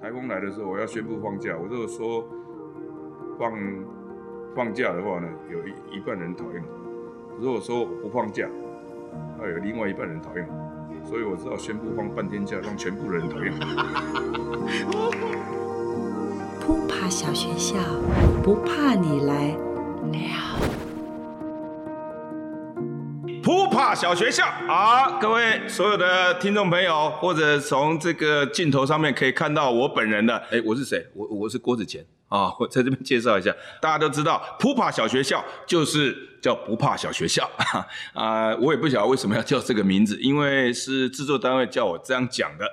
台风来的时候，我要宣布放假。我如果说放放假的话呢，有一一半人讨厌我；如果说我不放假，还有另外一半人讨厌我。所以我只好宣布放半天假，让全部人讨厌我。不怕小学校，不怕你来了。普帕小学校哎啊，各位所有的听众朋友，或者从这个镜头上面可以看到我本人的，哎，我是谁？我我是郭子乾啊，我在这边介绍一下，大家都知道普帕小学校就是叫不怕小学校 啊，我也不晓得为什么要叫这个名字，因为是制作单位叫我这样讲的。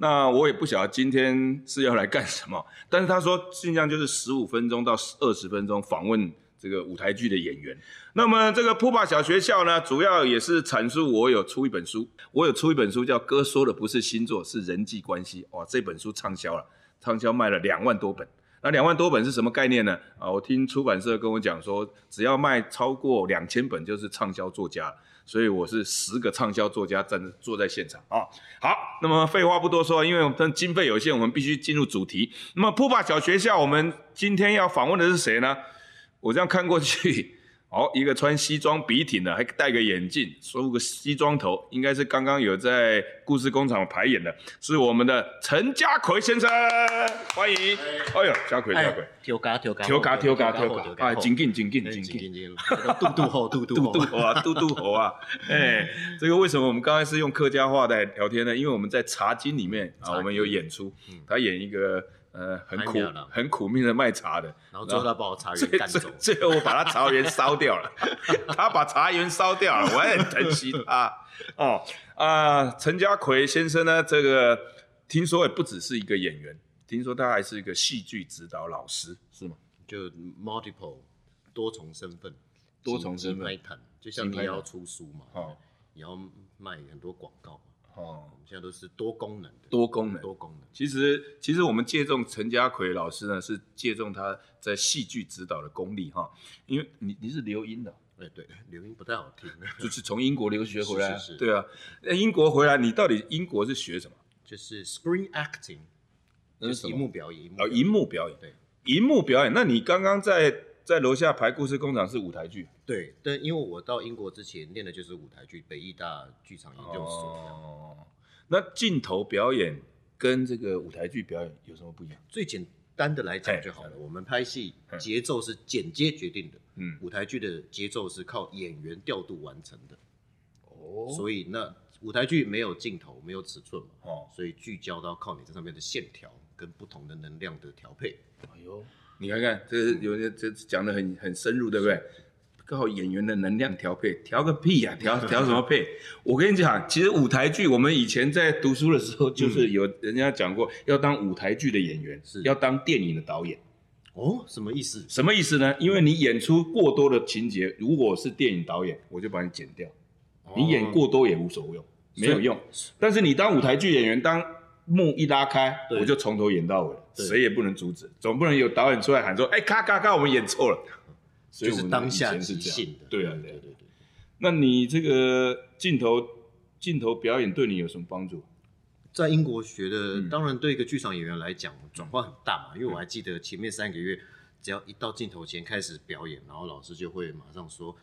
那我也不晓得今天是要来干什么，但是他说尽量就是十五分钟到二十分钟访问这个舞台剧的演员。那么这个普巴小学校呢，主要也是阐述我有出一本书，我有出一本书叫《哥说的不是星座，是人际关系》哇，这本书畅销了，畅销卖了两万多本。那两万多本是什么概念呢？啊，我听出版社跟我讲说，只要卖超过两千本就是畅销作家了，所以我是十个畅销作家站坐在现场啊。好，那么废话不多说，因为我们经费有限，我们必须进入主题。那么普巴小学校，我们今天要访问的是谁呢？我这样看过去， 哦，一个穿西装笔挺的，还戴个眼镜，梳个西装头，应该是刚刚有在故事工厂排演的，是我们的陈家奎先生，欢迎。哎呦，家奎，家奎，跳咖跳咖，跳咖跳咖跳跳咖，哎，紧紧紧紧紧紧，紧紧，肚肚后肚嘟 肚嘟猴啊，嘟嘟猴 啊，哎，这个为什么我们刚才是用客家话在聊天呢？因为我们在《茶经》里面啊，茶嗯经我们有演出，他演一个呃很苦卖茶郎很苦命的卖茶的，然后最后他把我茶园最干最走，最后我把他茶园烧掉 了，他把茶园烧掉了，我也很疼惜他哦啊、陈家奎先生呢，这个听说也不只是一个演员，听说他还是一个戏剧指导老师，是吗？就 multiple 多重身份，多重身份卖谈，就像你金牌要谈出书嘛，哦你要卖很多广告嘛，哦，我们现在都是多功能的，多功能多功能。其实，其实我们借重陈家奎老师呢，是借重他在戏剧指导的功力哈，因为你你是留英的，哎，对，留音不太好听， 就是从英国留学回来啊，是是是对啊，那英国回来，你到底英国是学什么？就是 screen acting，那就是是什么荧幕表演，哦，荧幕表演，对荧幕表演。那你刚刚在在楼下排故事工厂是舞台剧，对，但因为我到英国之前练的就是舞台剧，北艺大剧场研究所这样。哦，那镜头表演跟这个舞台剧表演有什么不一样？最简单的来讲嘿就好了。我们拍戏嗯节奏是剪接决定的，嗯，舞台剧的节奏是靠演员调度完成的，哦所以那舞台剧没有镜头，没有尺寸嘛，哦，所以聚焦到靠你这上面的线条跟不同的能量的调配。哎呦，你看看，这是有些这讲的很很深入，对不对？靠演员的能量调配，调个屁呀、调调什么配？我跟你讲，啊其实舞台剧，我们以前在读书的时候，就是有人家讲过，要当舞台剧的演员，是要当电影的导演。哦，什么意思？什么意思呢？因为你演出过多的情节，如果是电影导演，我就把你剪掉。你演哦过多也无哦所谓，没有用。但是你当舞台剧演员，当幕一拉开，对我就从头演到尾，对谁也不能阻止，总不能有导演出来喊说：“哎，咔咔咔，我们演错了。”所以就我是们当以下前是即这样兴的。对啊，对对啊对。对。那你这个镜头镜头表演对你有什么帮助？在英国学的，嗯当然对一个剧场演员来讲，转换很大嘛。因为我还记得前面三个月，只要一到镜头前开始表演，然后老师就会马上说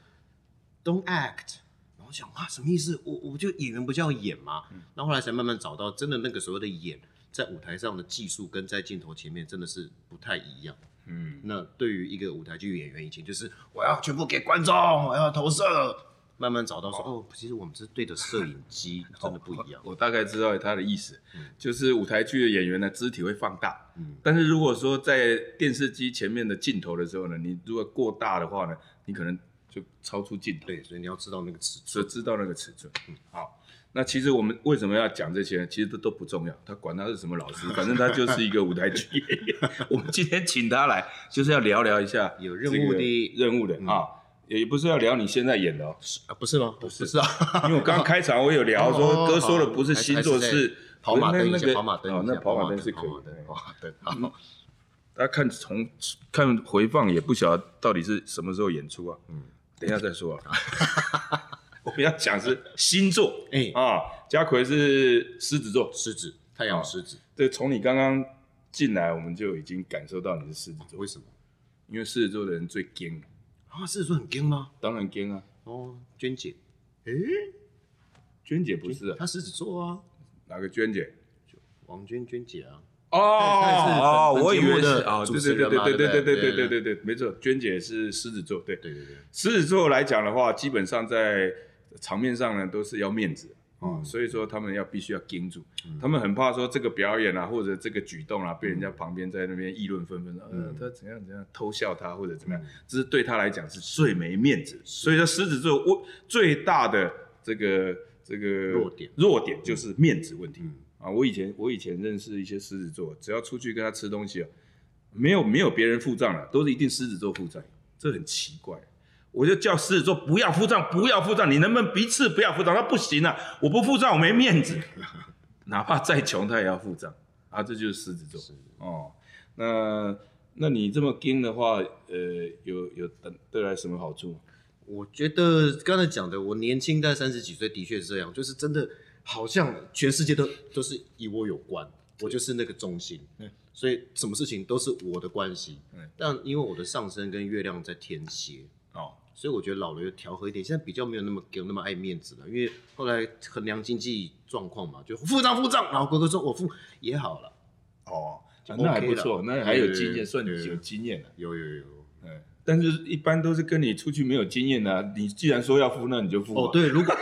“Don't act”，然后想啊什么意思？我我不就演员不就要演吗？那、后来才慢慢找到，真的那个所谓的演，在舞台上的技术跟在镜头前面真的是不太一样。嗯，那对于一个舞台剧演员，以前就是我要全部给观众，我要投射，慢慢找到说哦，其实我们是对着摄影机，真的不一样。我大概知道他的意思嗯，就是舞台剧的演员呢，肢体会放大，嗯。但是如果说在电视机前面的镜头的时候呢，你如果过大的话呢，你可能就超出镜头，对，所以你要知道那个尺寸。所以知道那个尺寸。嗯好，那其实我们为什么要讲这些呢？其实都都不重要，他管他是什么老 师，反正他就是一个舞台剧 演员。我们今天请他来，就是要聊聊一下有任务的嗯这个任务的啊，也不是要聊你现在演的 哦，啊，不是吗？不是 啊，因为我刚开场我有聊说哦哥说的不是还星座还是是在。跑马灯一那下那，个跑马灯一下哦，那跑马灯是可跑以马的灯，。跑马灯。跑马灯好大家看从看回放也不晓得到底是什么时候演出啊。嗯嗯，等一下再说啊。 我们要讲是星座，哎啊，家奎是狮子座，狮子，太阳狮子，这从你刚刚进来我们就已经感受到你是狮子座，为什么？因为狮子座的人最坚，啊，狮子座很硬吗？当然坚啊。哦，娟姐，诶、娟姐不是啊她，狮子座啊，哪个娟姐？王娟娟姐啊，哦她也是本我以为本节目是的哦，主对持对对对人嘛对对对对对不对对对对对，没错，娟姐是狮子座，对。对对对，狮子座来讲的话，基本上在场面上呢都是要面子啊、所以说他们要必须要盯住，他们很怕说这个表演啊或者这个举动啊被人家旁边在那边议论纷纷，呃，他怎样怎样偷笑他或者怎么样，这是对他来讲是最没面子。所以说狮子座我最大的这个这个弱点弱点就是面子问题。嗯啊，我以前我以前认识一些狮子座，只要出去跟他吃东西啊，没有没有别人付账了，都是一定狮子座付账，这很奇怪。我就叫狮子座不要付账，不要付账，你能不能彼此不要付账？他不行啊，我不付账我没面 子，哪怕再穷他也要付账啊，这就是狮子座哦。那那你这么盯的话，呃，有有对来什么好处吗？我觉得刚才讲的，我年轻在三十几岁的确是这样，就是真的好像全世界都都是以我有关，我就是嗯那个中心，所以什么事情都是我的关系。嗯但因为我的上升跟月亮在天蝎，哦，所以我觉得老了要调和一点，现在比较没有那么给我那么爱面子了，因为后来衡量经济状况嘛，就付账付账，然后哥哥说我付也好了，哦，啊 OK 那还不错，了那还有经验，对算对有经验了、有有有。嗯，但是一般都是跟你出去没有经验的、啊，你既然说要付，那你就付、啊哦，，对，如果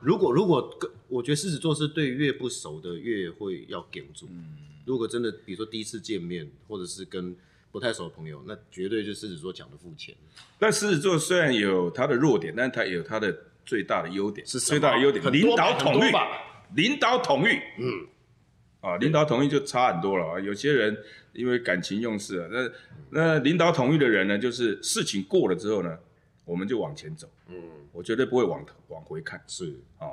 如果如果跟，我觉得狮子座是对越不熟的越会要顶住。嗯如果真的，比如说第一次见面，或者是跟不太熟的朋友，那绝对就狮子座讲的付钱。但狮子座虽然有它的弱点，但它也有它的最大的优点，是什么最大的优点，很领多吧导统很御多吧，领导统御，嗯，啊，领导统御就差很多了啊。有些人因为感情用事啊，那那领导统御的人呢，就是事情过了之后呢，我们就往前走，嗯，我绝对不会往往回看。是啊、嗯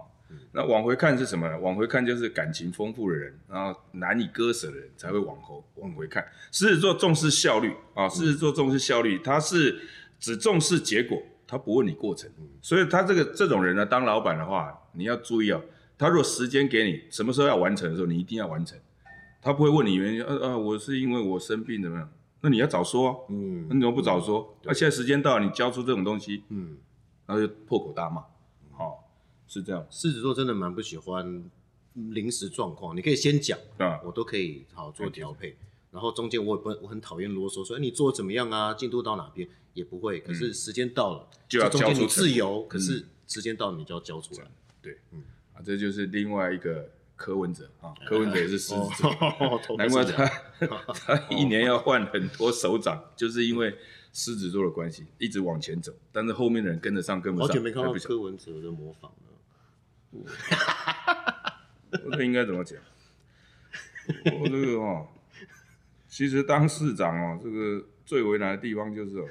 那往回看是什么呢？往回看就是感情丰富的人，然后难以割舍的人才会往后往回看。狮子座重视效率嗯啊，狮子座重视效率，他是只重视结果，他不问你过程。嗯所以他这个这种人呢，当老板的话，你要注意哦，他如果时间给你，什么时候要完成的时候，你一定要完成。他不会问你原因，呃呃，我是因为我生病怎么样？那你要早说、啊，嗯那你怎么不早说？那、现在时间到了，你交出这种东西，嗯，然后就破口大骂，好、是这样狮子座真的蛮不喜欢临时状况，你可以先讲，啊。我都可以好做调配。然后中间我也不我很讨厌啰嗦，说哎你做得怎么样啊，进度到哪边也不会。可是时间到了，嗯就要中间交出成你自果嗯由，可是时间到了你就要交出来。对，啊，这就是另外一个柯文哲啊，柯文哲也是狮子座，哎 哦难怪他 他一年要换很多首长，就是因为狮子座的关系，一直往前走，但是后面的人跟得上跟不好上，久没看还到不行柯文哲的模仿了。我这应该怎么讲？我这个哦，其实当市长哦，这个最为难的地方就是哦，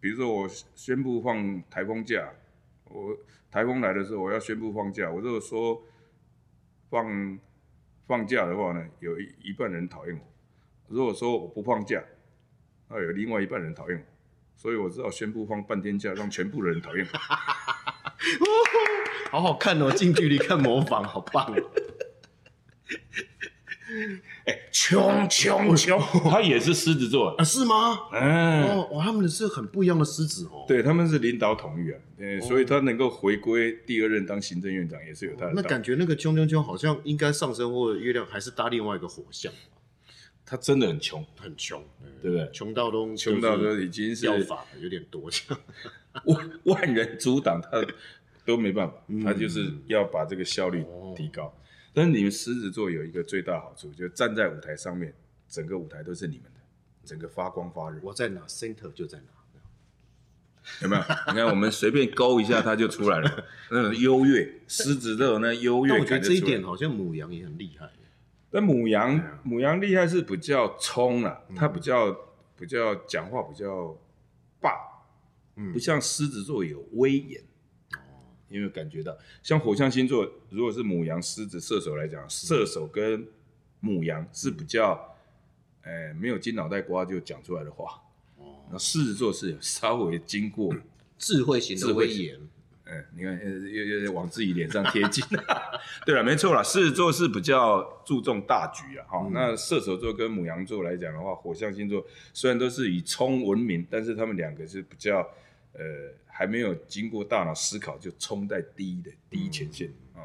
比如说我宣布放台风假，我台风来的时候我要宣布放假，我如果说放放假的话呢，有一一半人讨厌我；如果说我不放假，那有另外一半人讨厌我，所以我只好宣布放半天假，让全部的人讨厌我。好好看哦，近距离看模仿，好 棒哦！哎穷穷穷， 他也是狮子座，啊，是吗？嗯。哦，哇，他们的是很不一样的狮子哦。，对，他们是领导统御啊，呃、所以他能够回归第二任当行政院长也是有他的道那理。感觉那个囧囧囧好像应该上升或月亮还是搭另外一个火象，他真的很穷，很穷，嗯对不对？穷到都穷到说已经是要法有点多像。万万人阻挡他都没办法，嗯他就是要把这个效率提高。哦但是你们狮子座有一个最大好处，就站在舞台上面，整个舞台都是你们的，整个发光发热， 我在哪，center 就在哪。有没有？你看我们随便勾一下他就出来 了，那种优越，狮子都有那优但越我觉感就得这一出来了点好像母羊也很厉害。但母羊母羊厉害是比较冲啦，它比较比较讲话比较霸，嗯不像狮子座有威严。有没有感觉到？像火象星座，如果是母羊、狮子、射手来讲，射手跟母羊是比较，呃，没有经脑袋瓜就讲出来的嗯，你看，呃又又又往自己脸上贴金。 对啊了，没错了，狮子座是比较注重大局啊。哈、嗯那射手座跟母羊座来讲的话，火象星座虽然都是以冲闻名，但是他们两个是比较呃还没有经过大脑思考就冲在第嗯一的第一前线啊、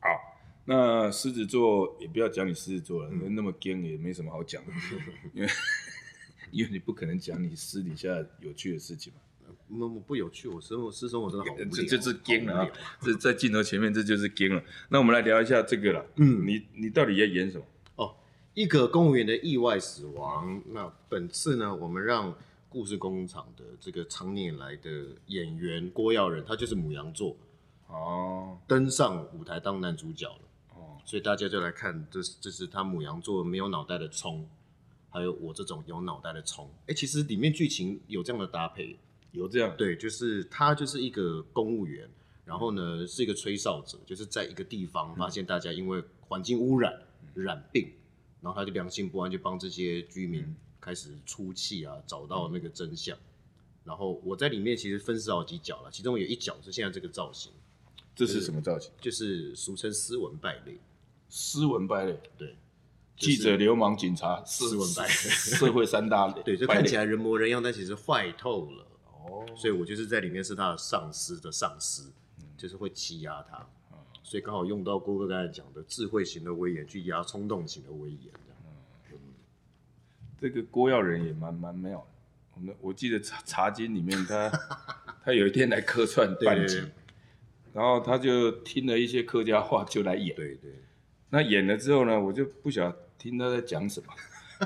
好，那狮子座也不要讲你狮子座了，嗯那么干也没什么好讲的，因为 因为你不可能讲你私底下有趣的事情嘛。那么不有趣，我生活私生活真的好无聊，这这是好无 game 了啊聊！这在镜头前面这就是 game 了。那我们来聊一下这个了。嗯你你到底要演什么？哦，一个公务员的意外死亡。那本次呢，我们让故事工厂的这个常年以来的演员郭耀仁，他就是母羊座，哦登上舞台当男主角了。哦，所以大家就来看，这是这是他母羊座没有脑袋的冲，还有我这种有脑袋的冲。哎、其实里面剧情有这样的搭配，有这样对，就是他就是一个公务员，然后呢是一个吹哨者，就是在一个地嗯方发现大家因为环境污染染病，然后他就良心不安，就帮这些居嗯民开始出气啊，找到那个真相。然后我在里面其实分饰好几角了，其中有一角是现在这个造型，这是什么造型？就是俗称斯文败类，斯文败类，对，就是记者、流氓、警察，斯文败类社会三大类。对，就败看类起来人模人样，但其实坏透了。哦，所以我就是在里面是他的上司的上司，就是会欺压他。所以刚好用到郭哥刚才讲的智慧型的威严去压冲动型的威严，这样。这个郭耀仁也蛮蛮妙的。我们我记得茶茶经里面他他有一天来客串对半集，然后他就听了一些客家话就来演。对对，那演了之后呢，我就不晓得听他在讲什么，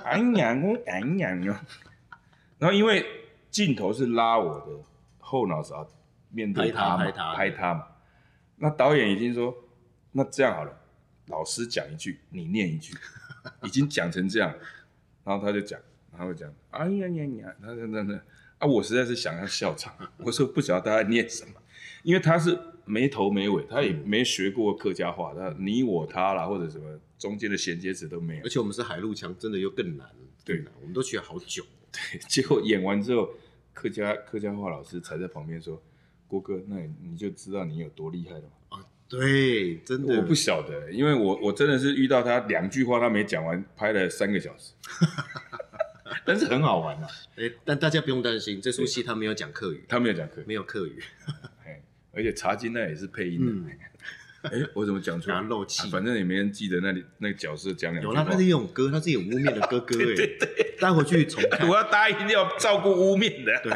哎呀，我哎呀哟。然后因为镜头是拉我的后脑勺面对嘛，拍拍他拍他嘛。那导演已经说，那这样好了，老师讲一句，你念一句，已经讲成这样了，然后他就讲，然后讲，哎呀呀呀，他那那那，啊，我实在是想要笑场， 我说不晓得他在念什么。因为他是没头没尾，他也没学过客家话，他你我他啦，或者什么中间的衔接词都没有 而。且我们是海陆强，真的又更难，对更难，我们都学好久。结果演完之后，客家客家话老师才在旁边说：“郭哥，那你你就知道你有多厉害了嘛。对，”真的，我不晓得，因为我我真的是遇到他两句话他没讲完，拍了三个小时， 但是很好玩啊。哎，但大家不用担心，这出戏他没有讲客语，他没有讲客语，没有客语，哎而且茶金那也是配音的。 嗯，哎、我怎么讲错给了？他漏气啊反正也没人记得那里那个角色讲两句有话。啦， 他是有歌，他是有污蔑的 哥哥，哎，待会去重看我。要答应要照顾污蔑的。 对，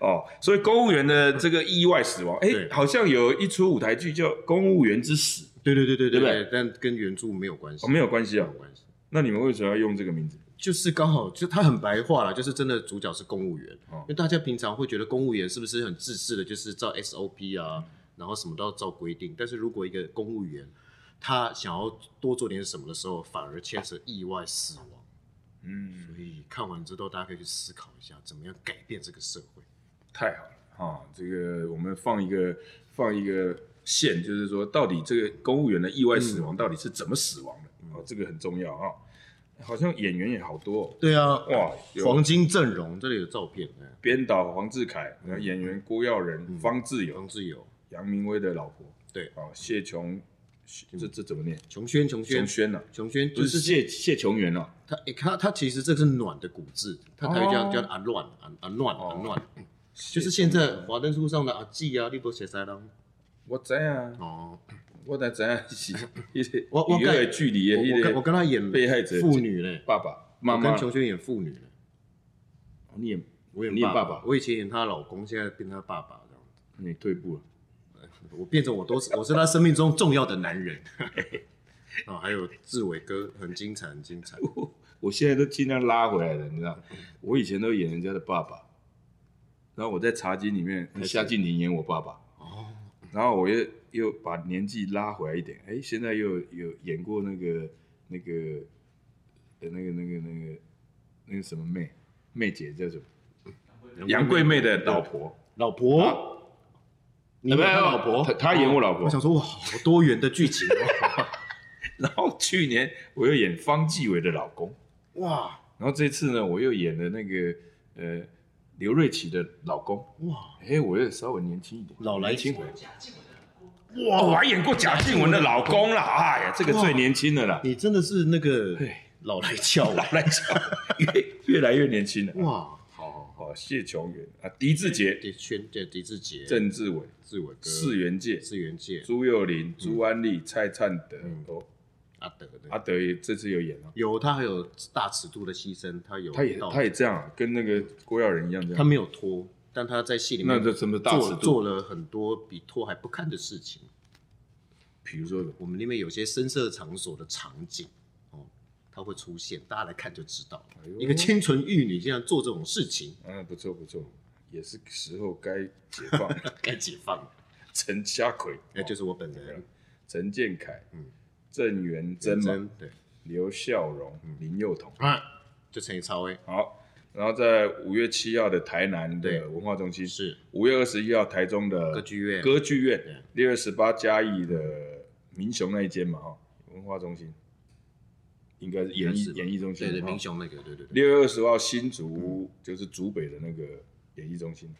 哦，所以公务员的这个意外死亡，哎、对好像有一出舞台剧叫《公务员之死》，对对对对对不对对，但跟原著没有关系，哦，没有关系啊没有。关系。那你们为什么要用这个名字？就是刚好，就他很白话啦，就是真的主角是公务员，哦因为大家平常会觉得公务员是不是很自私的，就是照 SOP 啊，嗯然后什么都要照规定。但是如果一个公务员他想要多做点什么的时候，反而牵扯意外死亡，嗯，所以看完之后大家可以去思考一下，怎么样改变这个社会。太好了啊、这个我们放一个放一个线，就是说到底这个公务员的意外嗯死亡到底是怎么死亡的？哦，这个很重要啊、好像演员也好多、哦，对啊，哇，有黄金阵容，这里有照片，哎编导黄志凯，然后演员郭耀仁、嗯方志友杨、志友、杨明威的老婆，对哦，谢琼，谢这这怎么念？啊琼轩、琼轩琼、轩呐，琼轩，不就是是谢谢琼元哦，他诶他他其实这个是暖的骨质，他台语哦叫叫啊阿乱阿阿乱哦阿乱，就是现在华灯初上的阿季啊，你不写塞郎我知啊，哦，我哪知啊，是迄我个我娱乐的距离我的我跟我迄跟个他演被害者妇女嘞，爸爸妈我妈跟，琼轩演妇女嘞，你也我演你演爸爸爸我以前演她老公，现在变她爸爸这样子，你退步了，我变成我都是我是他生命中重要的男人。哦，还有志伟哥很精彩，很精彩。我现在都尽量拉回来了，你知道，我以前都演人家的爸爸，然后我在茶几里面始夏静婷演我爸爸，哦，然后我又又把年纪拉回来一点，哎，现在又有演过那个那个呃那个那个那个那个什么妹妹姐叫什么？杨贵妹的老婆，老婆，你演他老婆，哦她她演我老婆我想说哇，好多元的剧情 哦然后去年我又演方继伟的老公，哇。然后这次呢，我又演了那个呃刘瑞琦的老公，哇，哎，我也稍微年轻一点，老来年轻亲回来。哇，我还演过贾静雯的老公啦，哎呀，这个最年轻的啦，你真的是那个对老来俏老 来讲，越越来越年轻了。哇，好好好，哦，谢琼元啊，狄志杰、狄圈这狄志杰、郑志伟、志伟哥、世元界、志源界、朱佑林、朱安利、蔡灿德，嗯哦，阿德的，阿德也这次有演哦，有他还有大尺度的牺牲，他有他也到他也这样啊，跟那个郭耀仁一样这他样。没有拖，但他在戏里面那这什么大尺做度？做了很多比拖还不堪的事情。比如说什么，我们里面有些深色场所的场景，哦，它会出现，大家来看就知道了。哎呦一个清纯玉女竟然做这种事情，啊，不错不错，也是时候该解放 了该解放了。陈家奎，那就是我本人，陈建凯，嗯郑元珍嘛，对刘孝荣、嗯林幼彤。啊，就陈以超威好，然后在五月七号的台南对的文化中心，是五月二十一号台中的歌剧院歌剧对院，六月十八嘉义的民雄那一间嘛，哈，文化中心，应该是演应该是艺吧演艺中心，哦对对，哈明。雄那个，对对对，六月二十号新竹就是竹北的那个演艺中心，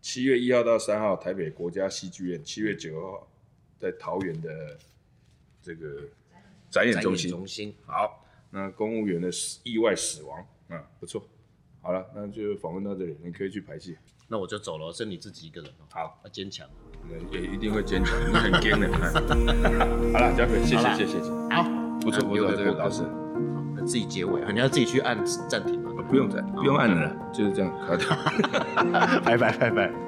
七月一号到三号台北国家戏剧院，七月九号在桃园的这个展演中心。中心好，那公务员的死意外死亡，嗯，不错。好了，那就访问到这里，你可以去排戏。那我就走了，剩你自己一个人哦，好，要坚强。也一定会坚强，你很坚的。哎 好了，嘉伟，谢好谢啦谢谢谢谢，好，不错不留错，着这个播客老师那自己结尾啊，你要自己去按暂停吗？不用再不用按了啦，就是这样卡掉。拜拜拜拜。